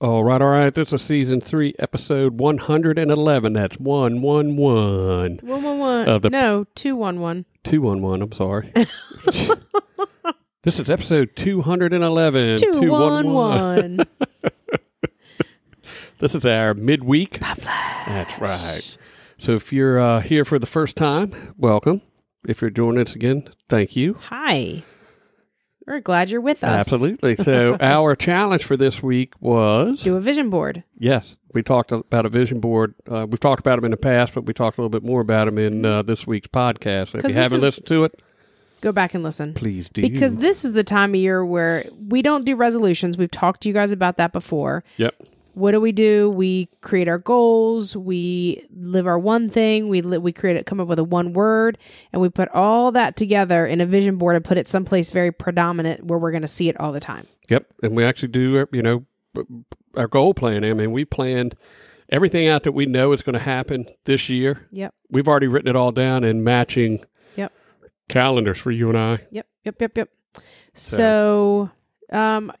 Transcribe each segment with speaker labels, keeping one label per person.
Speaker 1: All right, all right. This is season three, episode 111. That's 111.
Speaker 2: One one one.
Speaker 1: Uh, the-
Speaker 2: no, two one one.
Speaker 1: 211, I'm sorry. this is episode 211.
Speaker 2: Two one
Speaker 1: 211.
Speaker 2: one.
Speaker 1: This is our midweek. That's right. So if you're uh, here for the first time, welcome. If you're joining us again, thank you.
Speaker 2: Hi. We're glad you're with us.
Speaker 1: Absolutely. So our challenge for this week was
Speaker 2: Do a vision board.
Speaker 1: Yes, we talked about a vision board. Uh, we've talked about them in the past, but we talked a little bit more about them in uh, this week's podcast. If you
Speaker 2: 'Cause this
Speaker 1: haven't
Speaker 2: is-
Speaker 1: listened to it,
Speaker 2: Go back and listen.
Speaker 1: please do.
Speaker 2: Because this is the time of year where we don't do resolutions. We've talked to you guys about that before.
Speaker 1: yep,
Speaker 2: What do we do? We create our goals. We live our one thing. We li- we create it, come up with a one word, and we put all that together in a vision board and put it someplace very predominant where we're going to see it all the time.
Speaker 1: yep, and we actually do. uh, You know, b- b- our goal plan. I mean, we planned everything out that we know is going to happen this year.
Speaker 2: Yep.
Speaker 1: We've already written it all down in matching
Speaker 2: Yep.
Speaker 1: calendars for you and I.
Speaker 2: Yep, yep, yep, yep. So, um,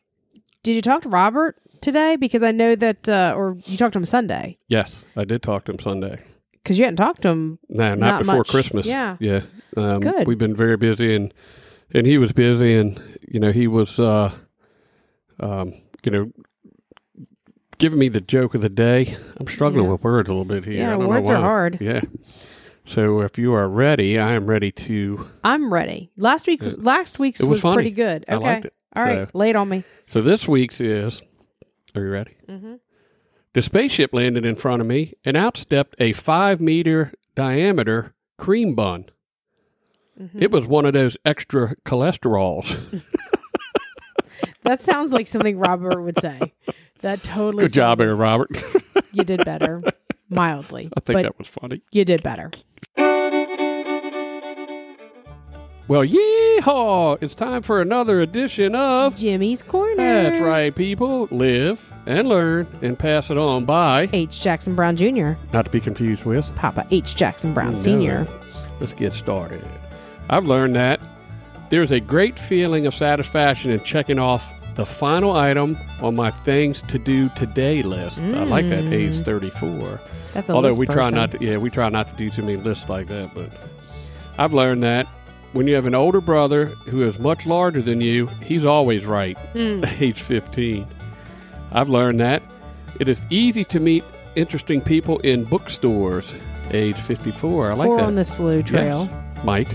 Speaker 2: did you talk to Robert today? Because I know that, uh, or you talked to him Sunday
Speaker 1: Yes, I did talk to him Sunday.
Speaker 2: because you hadn't talked to him.
Speaker 1: No, not,
Speaker 2: Not
Speaker 1: before
Speaker 2: much.
Speaker 1: Christmas.
Speaker 2: Yeah.
Speaker 1: yeah. Um,
Speaker 2: Good.
Speaker 1: We've been very busy, and and he was busy, and you know he was, uh, um, you know, giving me the joke of the day. I'm struggling
Speaker 2: Yeah.
Speaker 1: with words a little bit here.
Speaker 2: Yeah,
Speaker 1: I don't
Speaker 2: words
Speaker 1: know
Speaker 2: are
Speaker 1: why.
Speaker 2: hard.
Speaker 1: Yeah. So if you are ready, I am ready to.
Speaker 2: I'm ready. Last week, was, last week's
Speaker 1: It was
Speaker 2: was,
Speaker 1: funny.
Speaker 2: pretty good.
Speaker 1: I
Speaker 2: Okay,
Speaker 1: liked it.
Speaker 2: all right, lay it on me.
Speaker 1: So this week's is. Are you ready?
Speaker 2: hmm
Speaker 1: The spaceship landed in front of me, and out stepped a five meter diameter cream bun. It was one of those extra cholesterols.
Speaker 2: That sounds like something Robert would say. That totally.
Speaker 1: Good job,
Speaker 2: sounds
Speaker 1: Aaron Robert.
Speaker 2: like- You did better, mildly,
Speaker 1: I think
Speaker 2: but
Speaker 1: that was funny.
Speaker 2: you did better.
Speaker 1: Well, yeehaw! It's time for another edition of.
Speaker 2: Jimmy's corner.
Speaker 1: That's right, people. Live and learn and pass it on by.
Speaker 2: H. Jackson Brown Jr.,
Speaker 1: Not to be confused with.
Speaker 2: Papa H. Jackson Brown
Speaker 1: No.
Speaker 2: Sr.
Speaker 1: Mm, Let's get started. I've learned that there's a great feeling of satisfaction in checking off the final item on my things to do today list. I like that age 34.
Speaker 2: That's a
Speaker 1: Although
Speaker 2: list
Speaker 1: we try
Speaker 2: person.
Speaker 1: not to, yeah, we try not to do too many lists like that. But I've learned that when you have an older brother who is much larger than you, he's always right.
Speaker 2: Hmm.
Speaker 1: Age fifteen. I've learned that it is easy to meet interesting people in bookstores. Age fifty-four. I like
Speaker 2: or
Speaker 1: that.
Speaker 2: on the slow
Speaker 1: Yes,
Speaker 2: trail.
Speaker 1: Mike.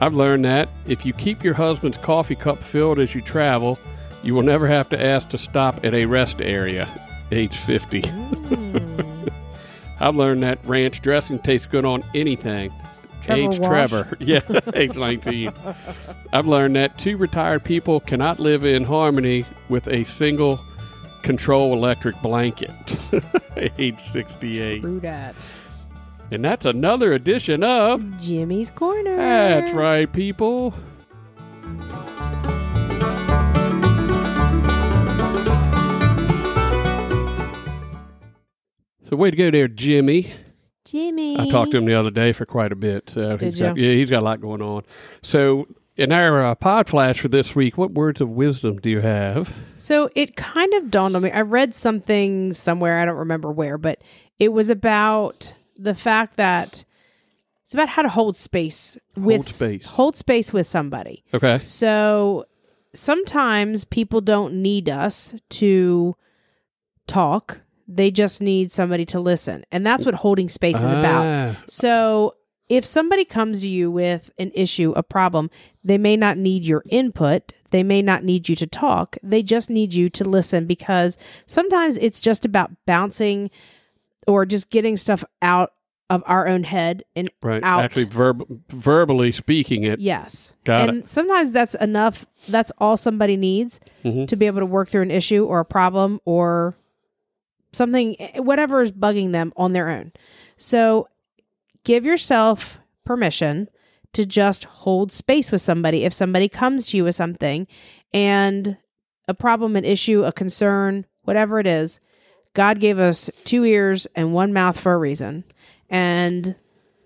Speaker 1: I've learned that if you keep your husband's coffee cup filled as you travel, you will never have to ask to stop at a rest area. Age 50.
Speaker 2: Mm.
Speaker 1: I've learned that ranch dressing tastes good on anything.
Speaker 2: Trevor
Speaker 1: age
Speaker 2: Walsh.
Speaker 1: Trevor. Yeah, age 19. I've learned that two retired people cannot live in harmony with a single control electric blanket. age 68.
Speaker 2: True dat.
Speaker 1: And that's another edition of
Speaker 2: Jimmy's Corner.
Speaker 1: that's right, people. So way to go there, Jimmy.
Speaker 2: Jimmy.
Speaker 1: I talked to him the other day for quite a bit. So
Speaker 2: Did
Speaker 1: he's got, yeah, he's got a lot going on. So in our uh, pod flash for this week, what words of wisdom do you have?
Speaker 2: So it kind of dawned on me. I read something somewhere, I don't remember where, but it was about the fact that it's about how to hold space with
Speaker 1: space.
Speaker 2: hold space with somebody.
Speaker 1: Okay.
Speaker 2: So sometimes people don't need us to talk. They just need somebody to listen. And that's what holding space is about.
Speaker 1: Ah,
Speaker 2: So if somebody comes to you with an issue, a problem, they may not need your input. They may not need you to talk. They just need you to listen because sometimes it's just about bouncing or just getting stuff out of our own head and
Speaker 1: right.
Speaker 2: out.
Speaker 1: Actually, verb- verbally speaking it.
Speaker 2: yes.
Speaker 1: Got
Speaker 2: and sometimes that's enough.
Speaker 1: Mm-hmm.
Speaker 2: That's all somebody needs to be able to work through an issue or a problem or something, eh, whatever is bugging them on their own. So give yourself permission to just hold space with somebody. If somebody comes to you with something and a problem, an issue, a concern, whatever it is, God gave us two ears and one mouth for a reason. And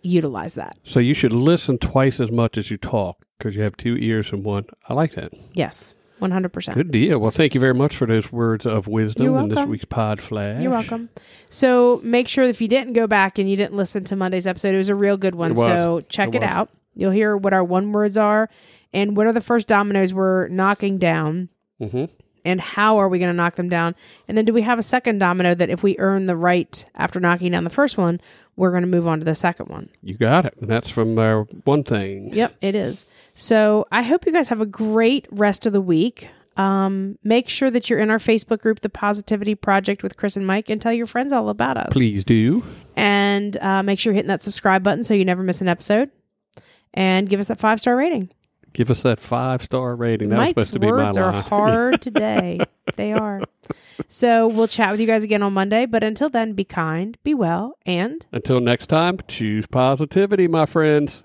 Speaker 2: utilize that.
Speaker 1: So you should listen twice as much as you talk because you have two ears and one. I like that.
Speaker 2: Yes, 100%.
Speaker 1: Good deal. Well, thank you very much for those words of wisdom
Speaker 2: You're
Speaker 1: in this
Speaker 2: welcome.
Speaker 1: week's Pod Flash.
Speaker 2: You're welcome. So make sure if you didn't go back and you didn't listen to Monday's episode, it was a real good one.
Speaker 1: It was.
Speaker 2: So check
Speaker 1: It
Speaker 2: it,
Speaker 1: was.
Speaker 2: out. You'll hear what our one words are and what are the first dominoes we're knocking down
Speaker 1: Mhm.
Speaker 2: and how are we going to knock them down. And then do we have a second domino that if we earn the right after knocking down the first one, we're going to move on to the second one.
Speaker 1: You got it. And that's from our one thing.
Speaker 2: Yep, it is. So I hope you guys have a great rest of the week. Um, make sure that you're in our Facebook group, The Positivity Project with Chris and Mike, and tell your friends all about us.
Speaker 1: Please do.
Speaker 2: And uh, make sure you're hitting that subscribe button so you never miss an episode. And give us that five star rating.
Speaker 1: Give us that five star rating. That was
Speaker 2: Mike's
Speaker 1: supposed to be my
Speaker 2: words are
Speaker 1: line.
Speaker 2: hard today. they are. So we'll chat with you guys again on Monday. But until then, be kind, be well, and
Speaker 1: Until next time, choose positivity, my friends.